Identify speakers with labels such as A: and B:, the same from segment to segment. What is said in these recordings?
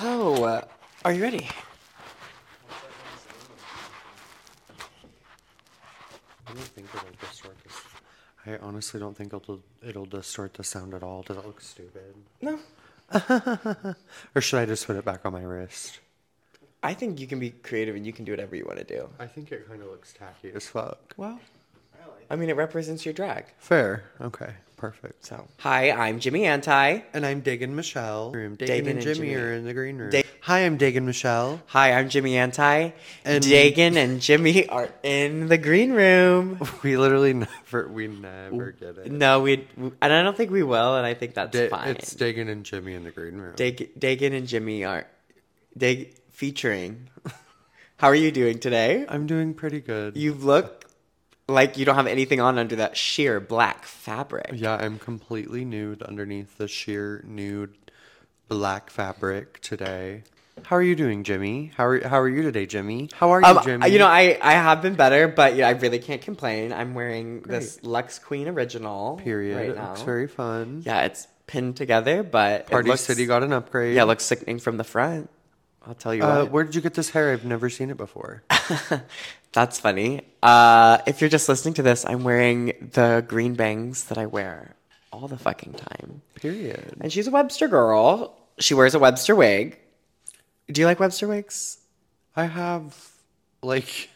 A: So, uh, are you ready?
B: I don't think it'll distort this. I honestly don't think it'll it'll distort the sound at all. Does it look stupid?
A: No.
B: Or should I just put it back on my wrist?
A: I think you can be creative and you can do whatever you want to do.
B: I think it kind of looks tacky as fuck.
A: Well, I mean, it represents your drag.
B: Fair. Okay. Perfect.
A: So, hi, I'm Jimmy Anti.
B: And I'm Dagan Michelle. Room. Dagan,
A: Dagan
B: and
A: and
B: Jimmy
A: Jimmy.
B: are in the green room.
A: Da-
B: Hi, I'm Dagan Michelle.
A: Hi, I'm Jimmy Anti.
B: And-
A: And Dagan and Jimmy are in the green room.
B: We literally never we never get it.
A: No, we and I don't think we will, and I think that's
B: Da-
A: fine.
B: It's Dagan and Jimmy in the green room.
A: Dag- Dagan and Jimmy are Dag- featuring. How are you doing today?
B: I'm doing pretty good.
A: You look like you don't have anything on under that sheer black fabric.
B: Yeah, I'm completely nude underneath the sheer nude black fabric today. How are you doing, Jimmy? How are how are you today, Jimmy? How are you,
A: Um,
B: Jimmy?
A: you know, I, I have been better, but yeah, I really can't complain. I'm wearing this Lux Queen original
B: period.
A: right
B: it
A: now.
B: looks very fun.
A: yeah, it's pinned together, but it
B: Party
A: looks-
B: City got an upgrade.
A: yeah, it looks sickening from the front. I'll tell you
B: Uh,
A: what.
B: where did you get this hair? I've never seen it before.
A: That's funny. Uh, if you're just listening to this, I'm wearing the green bangs that I wear all the fucking time.
B: Period.
A: And she's a Webster girl. She wears a Webster wig. Do you like Webster wigs?
B: I have like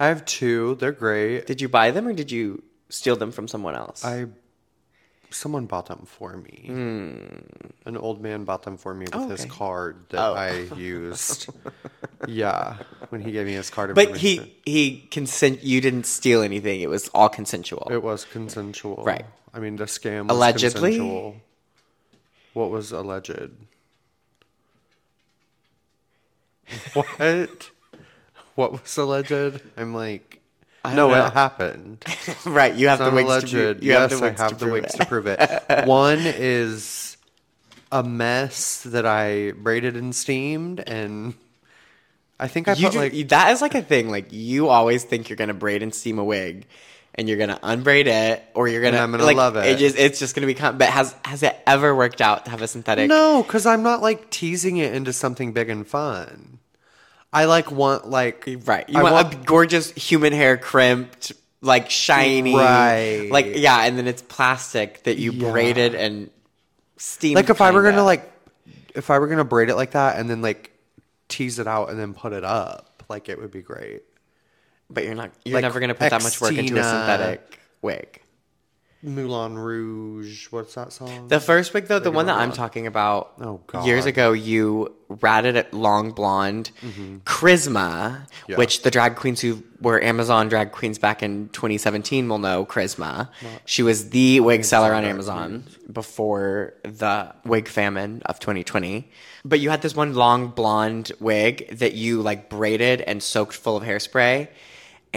B: I have two. They're great.
A: Did you buy them or did you steal them from someone else?
B: I someone bought them for me. An old man bought them for me with his
A: Hmm. Oh, okay. Oh.
B: card that I used. yeah, when he gave me his card.
A: but
B: information.
A: he he consent. You didn't steal anything. It was all consensual.
B: it was consensual,
A: Right.
B: I mean, the scam was
A: Allegedly?
B: Consensual. What was alleged? What? what was alleged? I'm like,
A: I
B: no,
A: don't know.
B: it happened.
A: right. You have
B: It's
A: the wigs.
B: alleged.
A: To prove, you
B: yes,
A: have the wigs
B: I have
A: to
B: the
A: prove
B: wigs
A: it.
B: to prove it. One is a mess that I braided and steamed, and I think I
A: You
B: put
A: do,
B: like
A: you- that is like a thing. Like you always think you're gonna braid and steam a wig, and you're gonna unbraid it, or you're gonna.
B: I'm gonna
A: like,
B: love it.
A: just, it's just gonna become. But has has it ever worked out to have a synthetic?
B: no, because I'm not like teasing it into something big and fun. I like want like
A: Right. You
B: I
A: want,
B: want
A: a gorgeous human hair crimped, like shiny.
B: Right.
A: Like yeah, and then it's plastic that you
B: Yeah.
A: braided and steamed.
B: like if I were
A: kinda.
B: gonna like if I were gonna braid it like that and then like tease it out and then put it up, like it would be great.
A: But you're not you're
B: like,
A: never gonna put that much work into a
B: Xtina.
A: synthetic wig.
B: Moulin Rouge, what's that song?
A: The first wig though, the
B: it
A: one that
B: or
A: I'm
B: not.
A: talking about
B: Oh, God.
A: years ago, you ratted at long blonde Charisma,
B: Yeah.
A: which the drag queens who were Amazon drag queens back in 2017 will know Charisma. She was the wig seller on Amazon before the wig famine of 2020. But you had this one long blonde wig that you like braided and soaked full of hairspray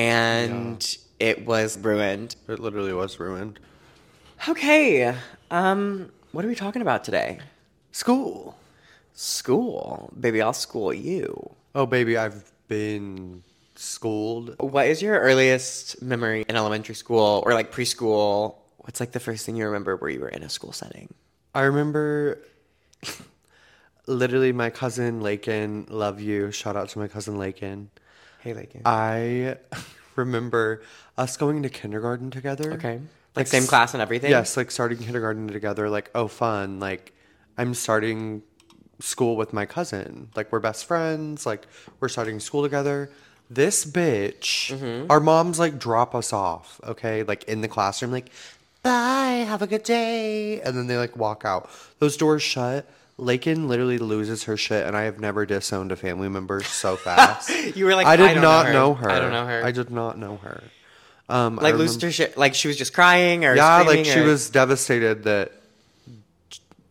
A: and it was ruined.
B: it literally was ruined.
A: Okay. Um, what are we talking about today?
B: School.
A: School. Baby, I'll school you.
B: Oh, baby, I've been schooled.
A: What is your earliest memory in elementary school or like preschool? What's like the first thing you remember where you were in a school setting?
B: I remember literally my cousin Lakin, love you. Shout out to my cousin Lakin.
A: Hey, Lakin.
B: I remember us going to kindergarten together.
A: okay. Like same class and everything?
B: Yes, like starting kindergarten together, like, oh, fun. Like, I'm starting school with my cousin. Like, we're best friends. Like, we're starting school together. This bitch,
A: Mm-hmm.
B: our moms, like, drop us off, okay? Like, in the classroom, like, bye, have a good day. And then they, like, walk out. Those doors shut. Lakin literally loses her shit, and I have never disowned a family member so fast.
A: You were like,
B: I did
A: "I don't know
B: not
A: her.
B: know her.
A: I don't know her."
B: I did not know her. Um,
A: Like
B: I remember-
A: lost her shit. Like she was just crying or
B: yeah, like
A: screaming
B: she
A: or-
B: was devastated that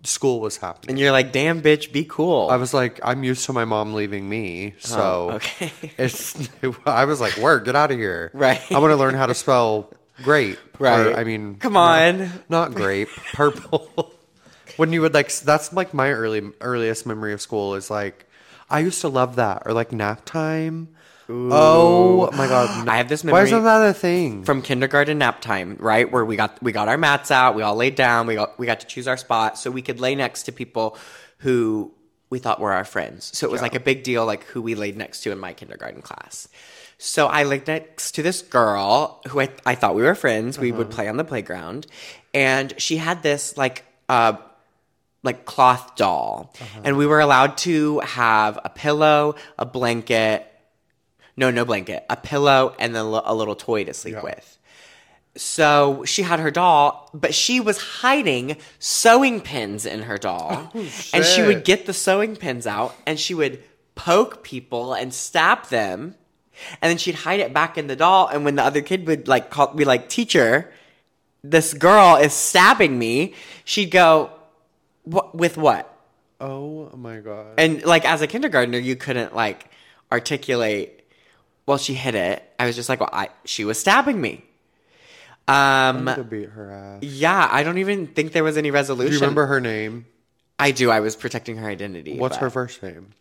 B: school was happening.
A: And you're like, damn, bitch, be cool.
B: I was like, I'm used to my mom leaving me, so
A: Oh, okay.
B: It's. I was like, work, get out of here.
A: Right.
B: I want to learn how to spell grape. or,
A: Right.
B: I mean,
A: Come
B: not-
A: on.
B: not grape, purple. when you would like, s- that's like my early earliest memory of school is like, I used to love that or like nap time. Oh my god!
A: I have this
B: Why
A: memory
B: isn't that a thing?
A: from kindergarten nap time, right? Where we got we got our mats out, we all laid down, we got we got to choose our spot so we could lay next to people who we thought were our friends. So it was like a big deal, like who we laid next to in my kindergarten class. So I laid next to this girl who I, I thought we were friends. We would play on the playground, and she had this like uh, like cloth doll, and we were allowed to have a pillow, a blanket, no, no blanket, a pillow, and then a little toy to sleep with. So she had her doll, but she was hiding sewing pins in her doll. and she
B: shit.
A: would get the sewing pins out and she would poke people and stab them. And then she'd hide it back in the doll. And when the other kid would like call, be like, teacher, this girl is stabbing me, she'd go, what, with what?
B: Oh my god.
A: And like as a kindergartner, you couldn't like articulate. Well, she hit it. I was just like, well, I she was stabbing me. Um,
B: to beat her ass. Do
A: yeah, I don't even think there was any resolution.
B: you remember her name?
A: I do. I was protecting her identity.
B: What's
A: but-
B: her first name?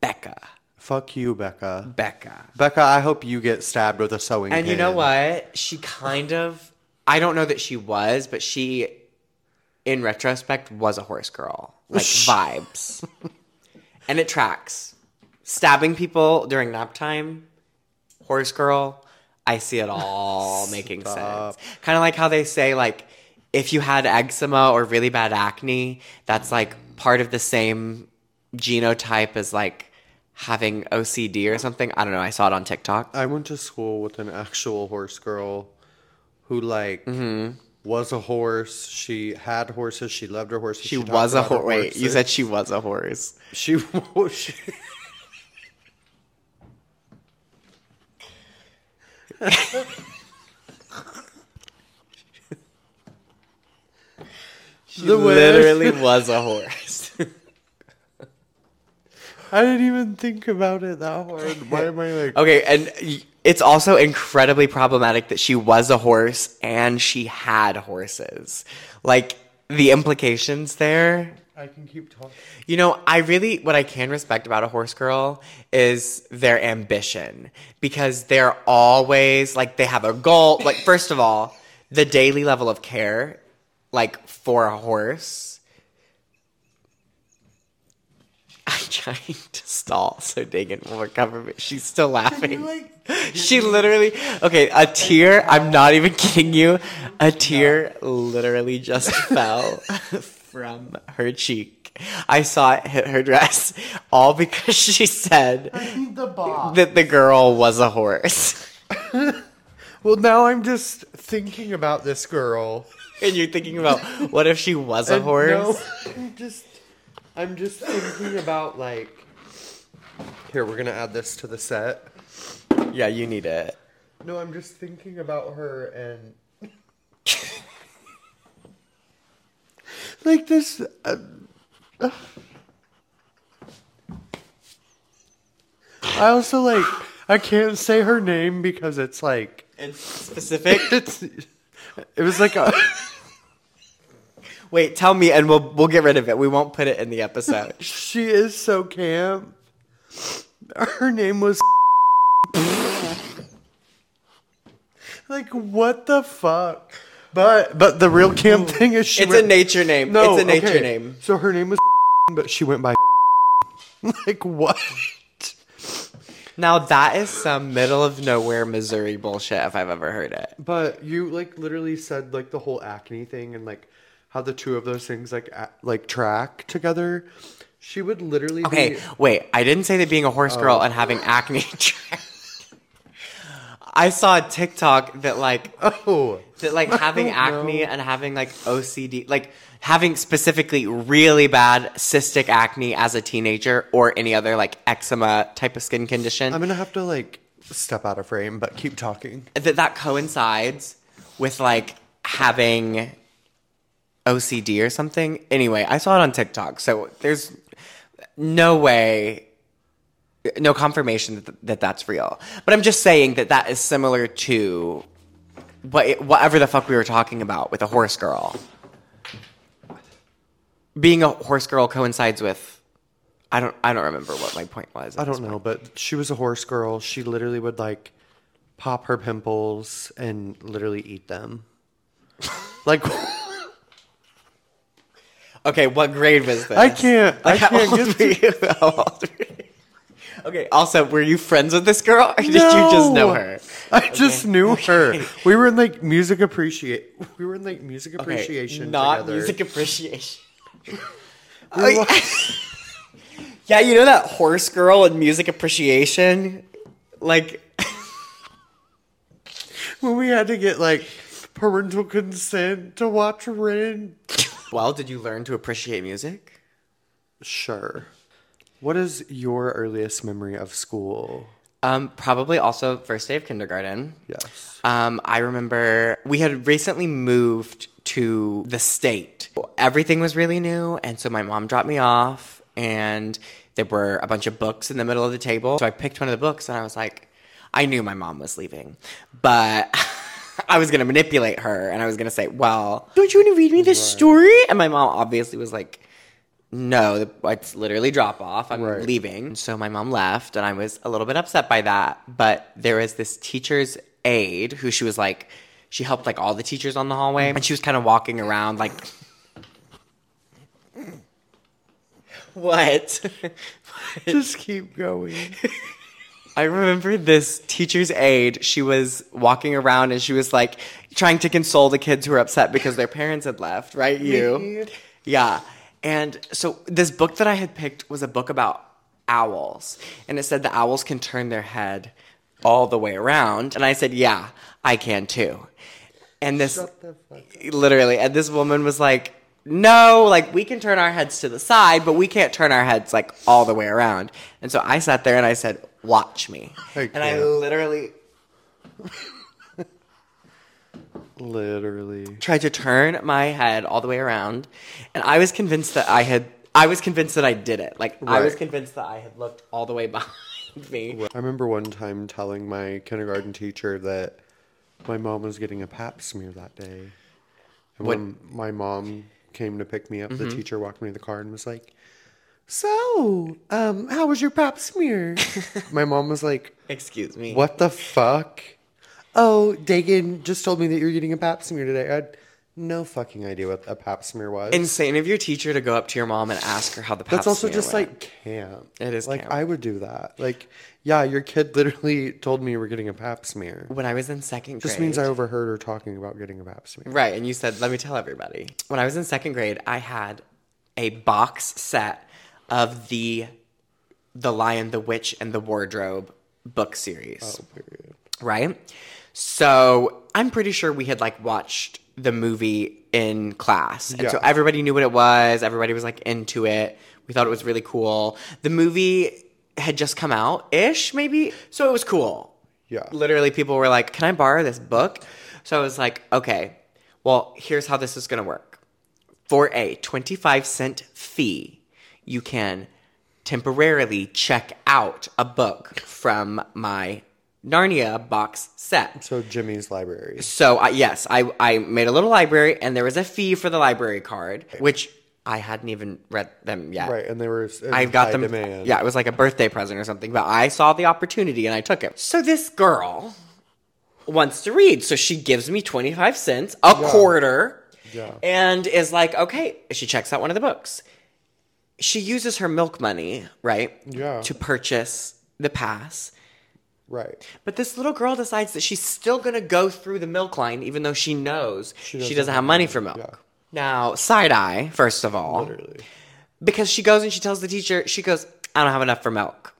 A: Becca?
B: Fuck you, Becca.
A: Becca.
B: Becca, I hope you get stabbed with a sewing
A: And you know
B: pin.
A: what? She kind of. I don't know that she was, but she, in retrospect, was a horse girl. Like vibes. and it tracks. Stabbing people during nap time, horse girl. I see it all making sense.
B: Stop.
A: Kind of like how they say, like, if you had eczema or really bad acne, that's like part of the same genotype as like having OCD or something. I don't know. I saw it on TikTok.
B: I went to school with an actual horse girl who like
A: Mm-hmm.
B: was a horse. She had horses. She loved her horses.
A: She
B: talked
A: was a
B: about her
A: horse. Wait, you
B: horses.
A: said she was a horse.
B: she was she,
A: She
B: The worst.
A: literally was a horse.
B: I didn't even think about it that hard. Why am I like
A: okay, and y- it's also incredibly problematic that she was a horse and she had horses. Like the implications there.
B: I can keep talking.
A: You know, I really what I can respect about a horse girl is their ambition because they're always like they have a goal. Like first of all, the daily level of care like for a horse. I'm trying to stall so Dagan will recover, but she's still laughing. she literally, okay, a tear, I'm not even kidding you, a tear literally just fell from her cheek. I saw it hit her dress, all because she said
B: The box.
A: that the girl was a horse.
B: Well, now I'm just thinking about this girl.
A: And you're thinking about what if she was a
B: And
A: horse?
B: No, I'm just, I'm just thinking about like. Here, we're gonna add this to the set.
A: Yeah, you need it.
B: No, I'm just thinking about her and. like this. Uh, I also like. I can't say her name because it's like.
A: It's specific.
B: It's. It was like a.
A: Wait, tell me, and we'll we'll get rid of it. We won't put it in the episode.
B: She is so camp. Her name was. like what the fuck? But but the real camp thing is she.
A: it's
B: went-
A: a nature name.
B: No,
A: it's a nature
B: okay.
A: name.
B: So her name was, but she went by. like what?
A: Now that is some middle of nowhere Missouri bullshit if I've ever heard it.
B: But you like literally said like the whole acne thing and like how the two of those things like a- like track together. She would literally be-
A: Okay, wait. I didn't say that being a horse
B: Oh.
A: girl and having acne. track- I saw a TikTok that like
B: Oh,
A: that like having
B: don't know.
A: acne and having like OCD, like having specifically really bad cystic acne as a teenager or any other like eczema type of skin condition.
B: I'm gonna have to like step out of frame, but keep talking.
A: that that coincides with like having OCD or something. Anyway, I saw it on TikTok, so there's no way, no confirmation that, that that's real. But I'm just saying that that is similar to what whatever the fuck we were talking about with a horse girl. Being a horse girl coincides with. I don't. I don't remember what my point was.
B: I don't know, but she was a horse girl. She literally would like pop her pimples and literally eat them. like
A: Okay, what grade was this?
B: I can't. I
A: Like, how
B: can't
A: old
B: get
A: were you? How old were you? Okay. Also, were you friends with this girl, or did you just know
B: No.
A: her?
B: I just knew her. We were in like music appreciate. We were in like music
A: Okay,
B: appreciation
A: not
B: together.
A: music appreciation.
B: We were-
A: Yeah, you know that horse girl in music appreciation, like.
B: when we had to get like parental consent to watch Ren.
A: Well, did you learn to appreciate music?
B: Sure. What is your earliest memory of school?
A: Um, probably also first day of kindergarten.
B: Yes.
A: Um, I remember we had recently moved to the state. Everything was really new, and so my mom dropped me off, and there were a bunch of books in the middle of the table. So I picked one of the books, and I was like, I knew my mom was leaving, but I was gonna manipulate her, and I was gonna say, "Well, don't you want to read me this story?" And my mom obviously was like. No, the- it's literally drop off. I'm
B: Right.
A: leaving. So my mom left, and I was a little bit upset by that. But there was this teacher's aide who she was like, she helped like all the teachers on the hallway, and she was kind of walking around like, what?
B: Just keep going.
A: I remember this teacher's aide. She was walking around and she was like trying to console the kids who were upset because their parents had left, right? You.
B: Me.
A: Yeah. And so this book that I had picked was a book about owls. And it said the owls can turn their head all the way around. And I said, yeah, I can too. And this literally and this woman was like no like we can turn our heads to the side but we can't turn our heads like all the way around and so i sat there and i said watch me
B: I
A: and i
B: can't.
A: literally
B: Literally.
A: tried to turn my head all the way around and i was convinced that i had i was convinced that i did it like i was
B: Right.
A: convinced that i had looked all the way behind me
B: I remember one time telling my kindergarten teacher that my mom was getting a pap smear that day. And when my mom came to pick me up, the teacher walked me to the car and was like, So, um, how was your pap smear? my mom was like,
A: excuse me
B: What the fuck? Oh, Dagan just told me that you were getting a pap smear today. I had no fucking idea what a pap smear was.
A: insane of your teacher to go up to your mom and ask her how the pap
B: That's also
A: smear
B: just
A: went.
B: like camp.
A: It is
B: like
A: camp.
B: I would do that. Like, yeah, your kid literally told me you were getting a pap smear.
A: when i was in second grade
B: This means I overheard her talking about getting a pap smear.
A: Right, and you said, "Let me tell everybody." When I was in second grade, I had a box set of the The Lion, the Witch, and the Wardrobe book series.
B: Oh, Period.
A: Right? So, I'm pretty sure we had like watched the movie in class. And so
B: Yeah.
A: everybody knew what it was, everybody was like into it. We thought it was really cool. The movie had just come out ish, maybe. So it was cool
B: Yeah.
A: literally people were like, "Can I borrow this book?" So I was like, "Okay, well, here's how this is going to work. For a 25 cent fee, you can temporarily check out a book from my Narnia box set."
B: So Jimmy's library.
A: So I, yes, I I made a little library, and there was a fee for the library card, which I hadn't even read them yet.
B: Right, and they were in
A: I got
B: high
A: them.
B: demand.
A: Yeah, it was like a birthday present or something, but I saw the opportunity and I took it. So this girl wants to read. So she gives me 25 cents, a quarter,
B: Yeah.
A: and is like, okay, she checks out one of the books. She uses her milk money, right?
B: Yeah.
A: To purchase the pass.
B: Right.
A: But this little girl decides that she's still gonna go through the milk line, even though she knows she doesn't,
B: doesn't
A: have money for milk.
B: yeah.
A: Now, side eye, first of all
B: Literally.
A: because she goes and she tells the teacher, she goes, I don't have enough for milk.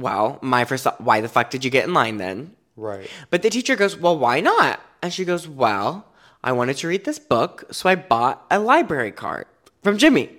A: Well, my first thought, why the fuck did you get in line then?
B: Right.
A: But the teacher goes, Well, why not? And she goes, Well, I wanted to read this book, so I bought a library card from Jimmy.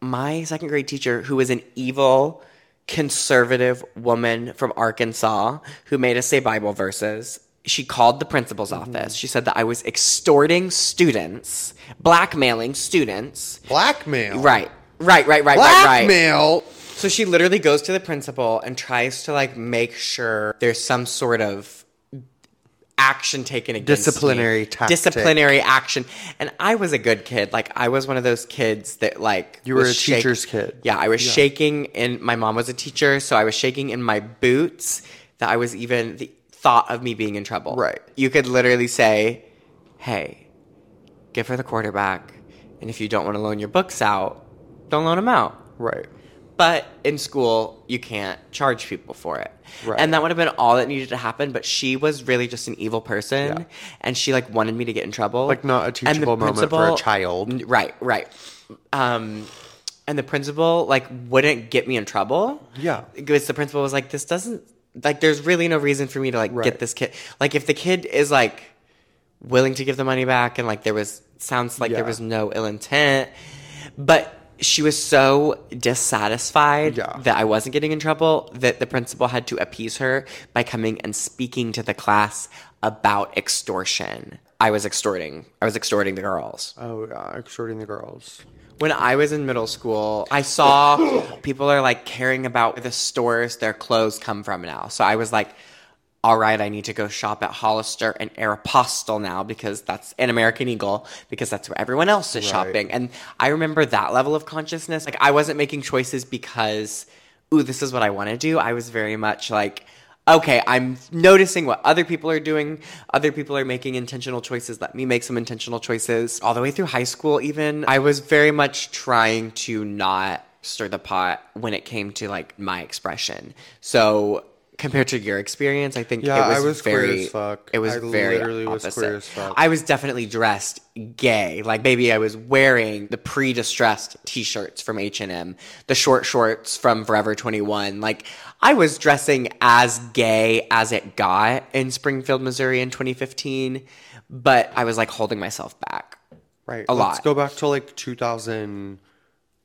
A: My second grade teacher, who was an evil, conservative woman from Arkansas who made us say Bible verses, she called the principal's office. She said that I was extorting students, blackmailing students.
B: Blackmail.
A: Right. Right, right, right, right, right.
B: Blackmail.
A: So she literally goes to the principal and tries to like make sure there's some sort of action taken against me.
B: Disciplinary tactic.
A: disciplinary action. And I was a good kid. Like I was one of those kids that like
B: You were
A: was
B: a teacher's kid.
A: Yeah, I was shaking in my mom was a teacher, so I was shaking in my boots that I was even the thought of me being in trouble.
B: Right.
A: You could literally say, "Hey, give her the quarterback. And if you don't want to loan your books out, don't loan them out.
B: Right.
A: But in school, you can't charge people for it.
B: Right.
A: And that would have been all that needed to happen. But she was really just an evil person.
B: Yeah.
A: And she like wanted me to get in trouble.
B: Like, not a
A: And the
B: teachable moment for a
A: principal-
B: child.
A: N- Right, right. Um, and the principal like wouldn't get me in trouble.
B: Yeah.
A: Because the principal was like, this doesn't like there's really no reason for me to like
B: Right.
A: get this kid. Like if the kid is like willing to give the money back and like there was sounds like there
B: Yeah.
A: was no ill intent but she was so dissatisfied
B: Yeah.
A: that I wasn't getting in trouble that the principal had to appease her by coming and speaking to the class about extortion. I was extorting. I was extorting the girls.
B: Oh, yeah, extorting the girls.
A: When I was in middle school, I saw people are like caring about the stores their clothes come from now. So I was like, all right, I need to go shop at Hollister and Aeropostale now because that's an American Eagle because that's where everyone else is shopping. And I remember that level of consciousness. Like I wasn't making choices because, ooh, this is what I want to do. I was very much like, okay, I'm noticing what other people are doing. Other people are making intentional choices. Let me make some intentional choices. All the way through high school, even, I was very much trying to not stir the pot when it came to like my expression. So compared to your experience, I think
B: Yeah,
A: it was,
B: I was queer
A: very
B: as fuck.
A: it was
B: I
A: very
B: literally was
A: opposite.
B: queer as fuck.
A: I was definitely dressed gay. Like maybe I was wearing the pre-distressed t-shirts from H&M, the short shorts from Forever 21. Like I was dressing as gay as it got in Springfield, Missouri in 2015, but I was like holding myself back.
B: Right.
A: A
B: Let's
A: lot.
B: go back to like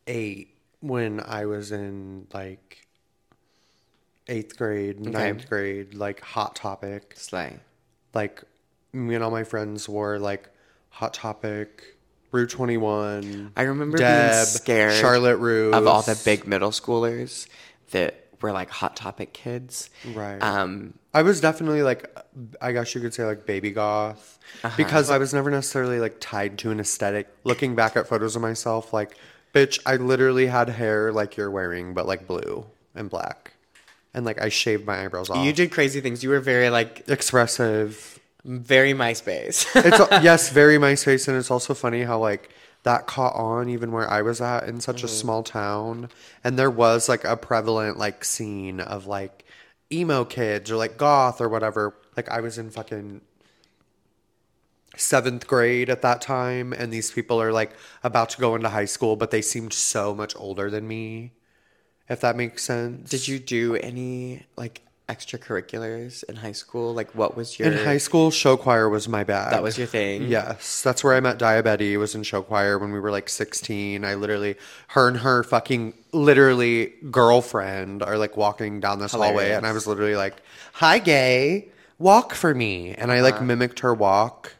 B: 2008 when I was in like eighth grade, ninth grade, like Hot Topic.
A: It's like
B: Like me and all my friends wore like Hot Topic, Rue 21.
A: I remember being
B: Deb,
A: scared
B: Charlotte Rue
A: of all the big middle schoolers that were like hot topic kids.
B: Right.
A: Um
B: I was definitely like, I guess you could say like baby goth, because I was never necessarily like tied to an aesthetic. Looking back at photos of myself, like, bitch, I literally had hair like you're wearing, but like blue and black, and like I shaved my eyebrows off.
A: You did crazy things. You were very like
B: expressive.
A: very MySpace.
B: It's yes, very MySpace, and it's also funny how like that caught on even where I was at in such
A: Mm-hmm.
B: a small town, and there was like a prevalent like scene of like emo kids or like goth or whatever. Like I was in fucking seventh grade at that time, and these people are like about to go into high school, but they seemed so much older than me. If that makes sense.
A: did you do any like extracurriculars in high school? Like what was your
B: in high school, show choir was my bag.
A: that was your thing?
B: Yes, that's where I met Diabetti. Was in show choir when we were like sixteen. I literally, her and her fucking literally girlfriend are like walking down this hallway,
A: Hilarious.
B: and I was literally like, "Hi, gay, walk for me," and I
A: Uh-huh.
B: like mimicked her walk,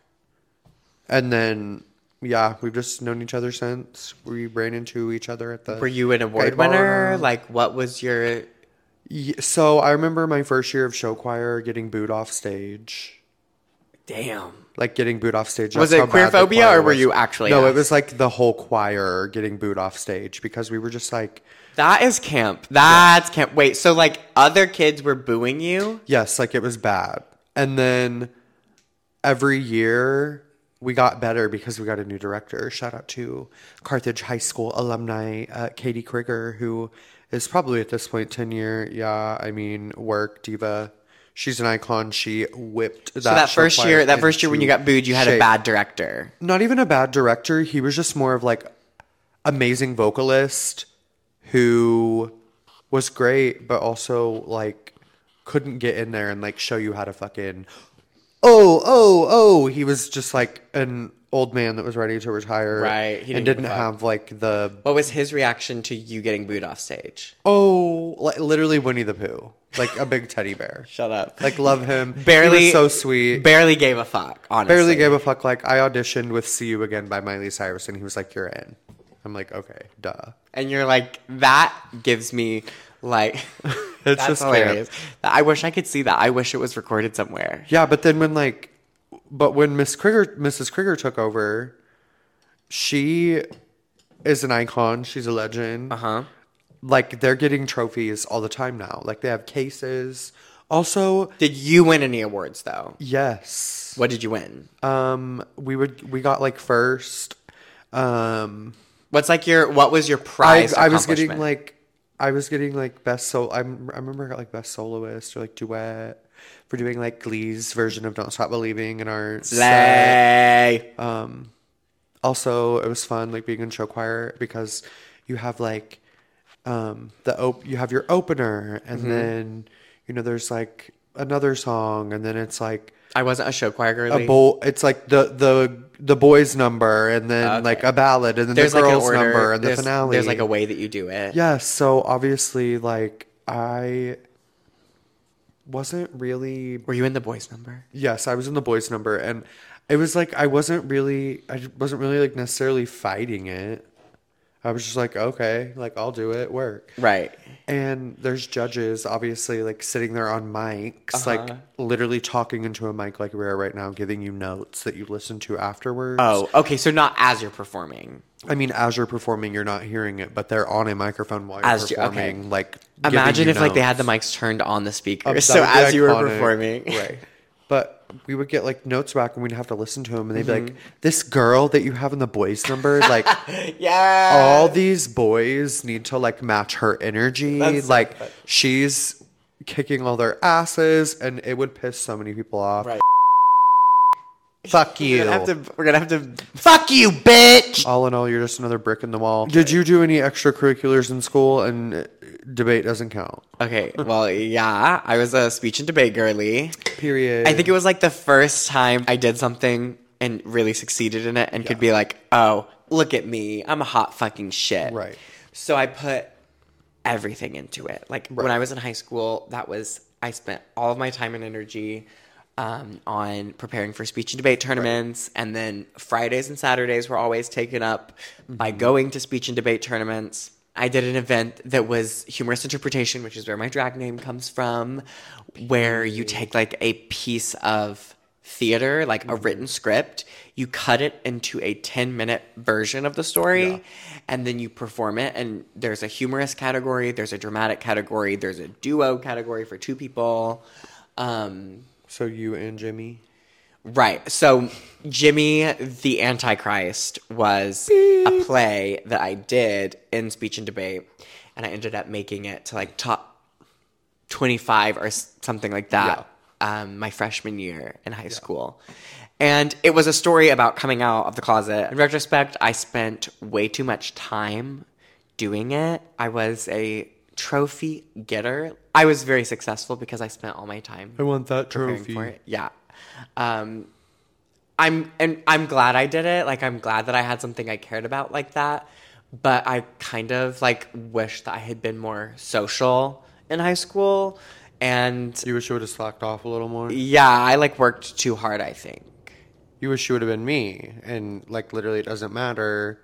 B: and then yeah, we've just known each other since. We ran into each other at the.
A: Were you an award
B: Great ball
A: winner?
B: around.
A: Like what was your
B: Y- So I remember my first year of show choir getting booed off stage.
A: damn.
B: like getting booed off stage.
A: Was
B: That's
A: it
B: how bad the
A: queerphobia
B: choir
A: or were
B: was.
A: you actually
B: No,
A: asked?
B: it was like the whole choir getting booed off stage because we were just like,
A: That is camp. That's camp. Wait, so like other kids were booing you?
B: yes, like it was bad. And then every year we got better because we got a new director. Shout out to Carthage High School alumni uh, Katie Krieger, who is probably at this point ten year. Yeah, I mean, work diva. She's an icon. She whipped that.
A: So that
B: show
A: first
B: choir
A: year, that first year when
B: into
A: you got booed, you had a
B: shape.
A: bad director.
B: not even a bad director. He was just more of like amazing vocalist who was great, but also like couldn't get in there and like show you how to fucking oh oh oh. He was just like an old man that was ready to retire,
A: Right, he
B: and
A: didn't give a
B: didn't
A: fuck.
B: have like the
A: What was his reaction to you getting booed off stage?
B: oh like literally Winnie the Pooh, like a big teddy bear.
A: Shut up.
B: Like love him. He was
A: barely
B: so sweet.
A: Barely gave a fuck, honestly.
B: barely gave a fuck. Like I auditioned with "See You Again" by Miley Cyrus, and he was like, "You're in." I'm like, "Okay, duh."
A: and you're like that gives me like that's
B: just
A: hilarious i wish i could see that i wish it was recorded somewhere
B: Yeah, but then when like, but when Miss Krieger, Mrs. Krieger took over, she is an icon. She's a legend.
A: uh-huh
B: Like they're getting trophies all the time now. Like they have cases. Also,
A: did you win any awards though
B: yes.
A: what did you win
B: Um, we would we got like first. Um,
A: What's like your what was your
B: I,
A: prize?
B: I was getting
A: accomplishment?
B: like I was getting like best so I'm, I remember I got like best soloist or like duet for doing like Glee's version of Don't Stop Believing in our set.
A: slay.
B: Um, also, it was fun like being in show choir because you have like um, the op- you have your opener, and
A: Mm-hmm.
B: then you know there's like another song, and then it's like
A: I wasn't a show choir girly.
B: a bowl. It's like the the the boys number, and then
A: Okay.
B: like a ballad, and then
A: there's
B: the
A: like an
B: girls
A: order.
B: number, and the
A: there's,
B: finale.
A: There's like a way that you do it.
B: Yeah, so obviously, like, I wasn't really.
A: Were you in the boys number?
B: Yes, I was in the boys' number, and it was like I wasn't really. I wasn't really, like, necessarily fighting it. I was just like, okay, like, I'll do it, work.
A: Right.
B: And there's judges, obviously, like, sitting there on mics,
A: Uh-huh.
B: like, literally talking into a mic like we are right now, giving you notes that you listen to afterwards.
A: Oh, okay. So not as you're performing.
B: I mean, as you're performing, you're not hearing it, but they're on a microphone while you're
A: As you- okay.
B: performing. Like, giving
A: Imagine
B: you
A: if like they
B: notes.
A: had the mics turned on the speakers.
B: That
A: so
B: would be
A: as you were
B: iconic.
A: performing,
B: right? But we would get like notes back, and we'd have to listen to them, and they'd be
A: Mm-hmm.
B: like, "This girl that you have in the boys number, like
A: yeah.
B: all these boys need to like match her energy.
A: That's so
B: like
A: funny.
B: she's kicking all their asses, and it would piss so many people off.
A: Right.
B: Fuck you.
A: We're gonna have to. We're gonna have to. Fuck you, bitch.
B: all in all, you're just another brick in the wall. Did you do any extracurriculars in school? And uh, debate doesn't count.
A: Okay. Well, yeah. I was a speech and debate girly.
B: Period.
A: I think it was like the first time I did something and really succeeded in it and could be like, oh, look at me. I'm a hot fucking shit.
B: Right.
A: So I put everything into it. Like when I was in high school, that was, I spent all of my time and energy um, on preparing for speech and debate tournaments. And then Fridays and Saturdays were always taken up by going to speech and debate tournaments. I did an event that was humorous interpretation, which is where my drag name comes from, where you take like a piece of theater, like a written script, you cut it into a 10 minute version of the story, and then you perform it. And there's a humorous category, there's a dramatic category, there's a duo category for two people. Um,
B: so. You and Jimmy.
A: Right. So Jimmy the Antichrist was a play that I did in speech and debate, and I ended up making it to like top 25 or s- something like that um, my freshman year in high school. And it was a story about coming out of the closet. In retrospect, I spent way too much time doing it. I was a trophy getter. I was very successful because I spent all my time
B: I want that
A: preparing
B: trophy.
A: for it. Yeah. Um, I'm and I'm glad I did it. Like I'm glad that I had something I cared about like that. But I kind of like wish that I had been more social in high school. And
B: You wish you would have slacked off a little more.
A: yeah, I like worked too hard, I think.
B: You wish you would have been me, and like literally, it doesn't matter.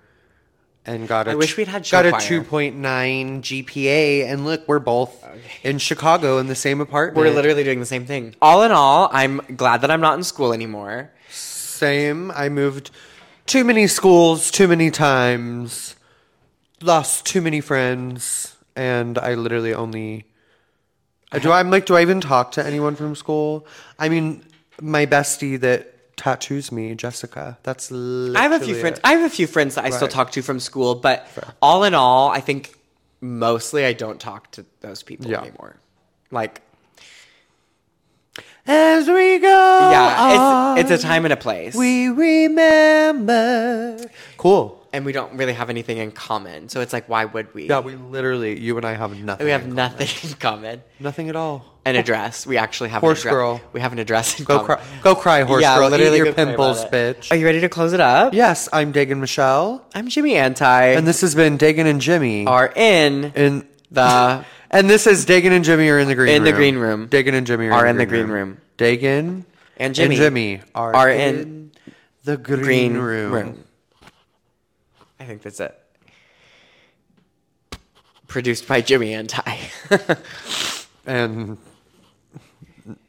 B: And got a
A: I wish we'd had
B: got a
A: Shellfire.
B: two point nine GPA, and look, we're both in Chicago in the same apartment.
A: We're literally doing the same thing. All in all, I'm glad that I'm not in school anymore.
B: same. I moved too many schools, too many times, lost too many friends, and I literally only. I do I'm like, do I even talk to anyone from school? I mean, my bestie that tattoos me, Jessica. That's
A: I have a few
B: literally
A: friends.
B: it.
A: I have a few friends that I still
B: Right.
A: talk to from school, but all in all, I think mostly I don't talk to those people
B: Yeah.
A: anymore. Like,
B: As we go.
A: yeah,
B: on,
A: it's, it's a time and a place,
B: Oh, We remember. Cool.
A: and we don't really have anything in common. So it's like, why would we?
B: Yeah, we literally, you and I have nothing.
A: we have
B: in-
A: nothing in common.
B: nothing at all. Um,
A: An address. We actually have
B: Horse
A: an address.
B: girl.
A: We have an address in
B: Go
A: common.
B: cry, go cry, horse girl. Eat your
A: go cry
B: pimples,
A: about it.
B: bitch.
A: Are you ready to close it up?
B: Yes, I'm Dagan Michelle,
A: I'm Jimmy Anti,
B: and
A: and
B: this has been Dagan and Jimmy.
A: are in
B: in
A: the
B: and this is Dagan and Jimmy are in the green
A: In
B: room.
A: the green room.
B: Dagan and Jimmy are,
A: Are
B: in the green room. Dagan
A: And Jimmy
B: are,
A: are
B: in,
A: in
B: the green,
A: green
B: room.
A: room. I think that's it. Produced by Jimmy Anti.
B: and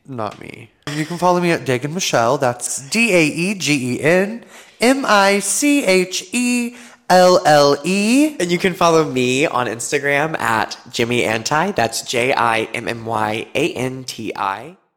B: not me. You can follow me at Dagan Michelle. That's D A E G E N M I C H E L L E.
A: and you can follow me on Instagram at Jimmy Anti. That's J I M M Y A N T I.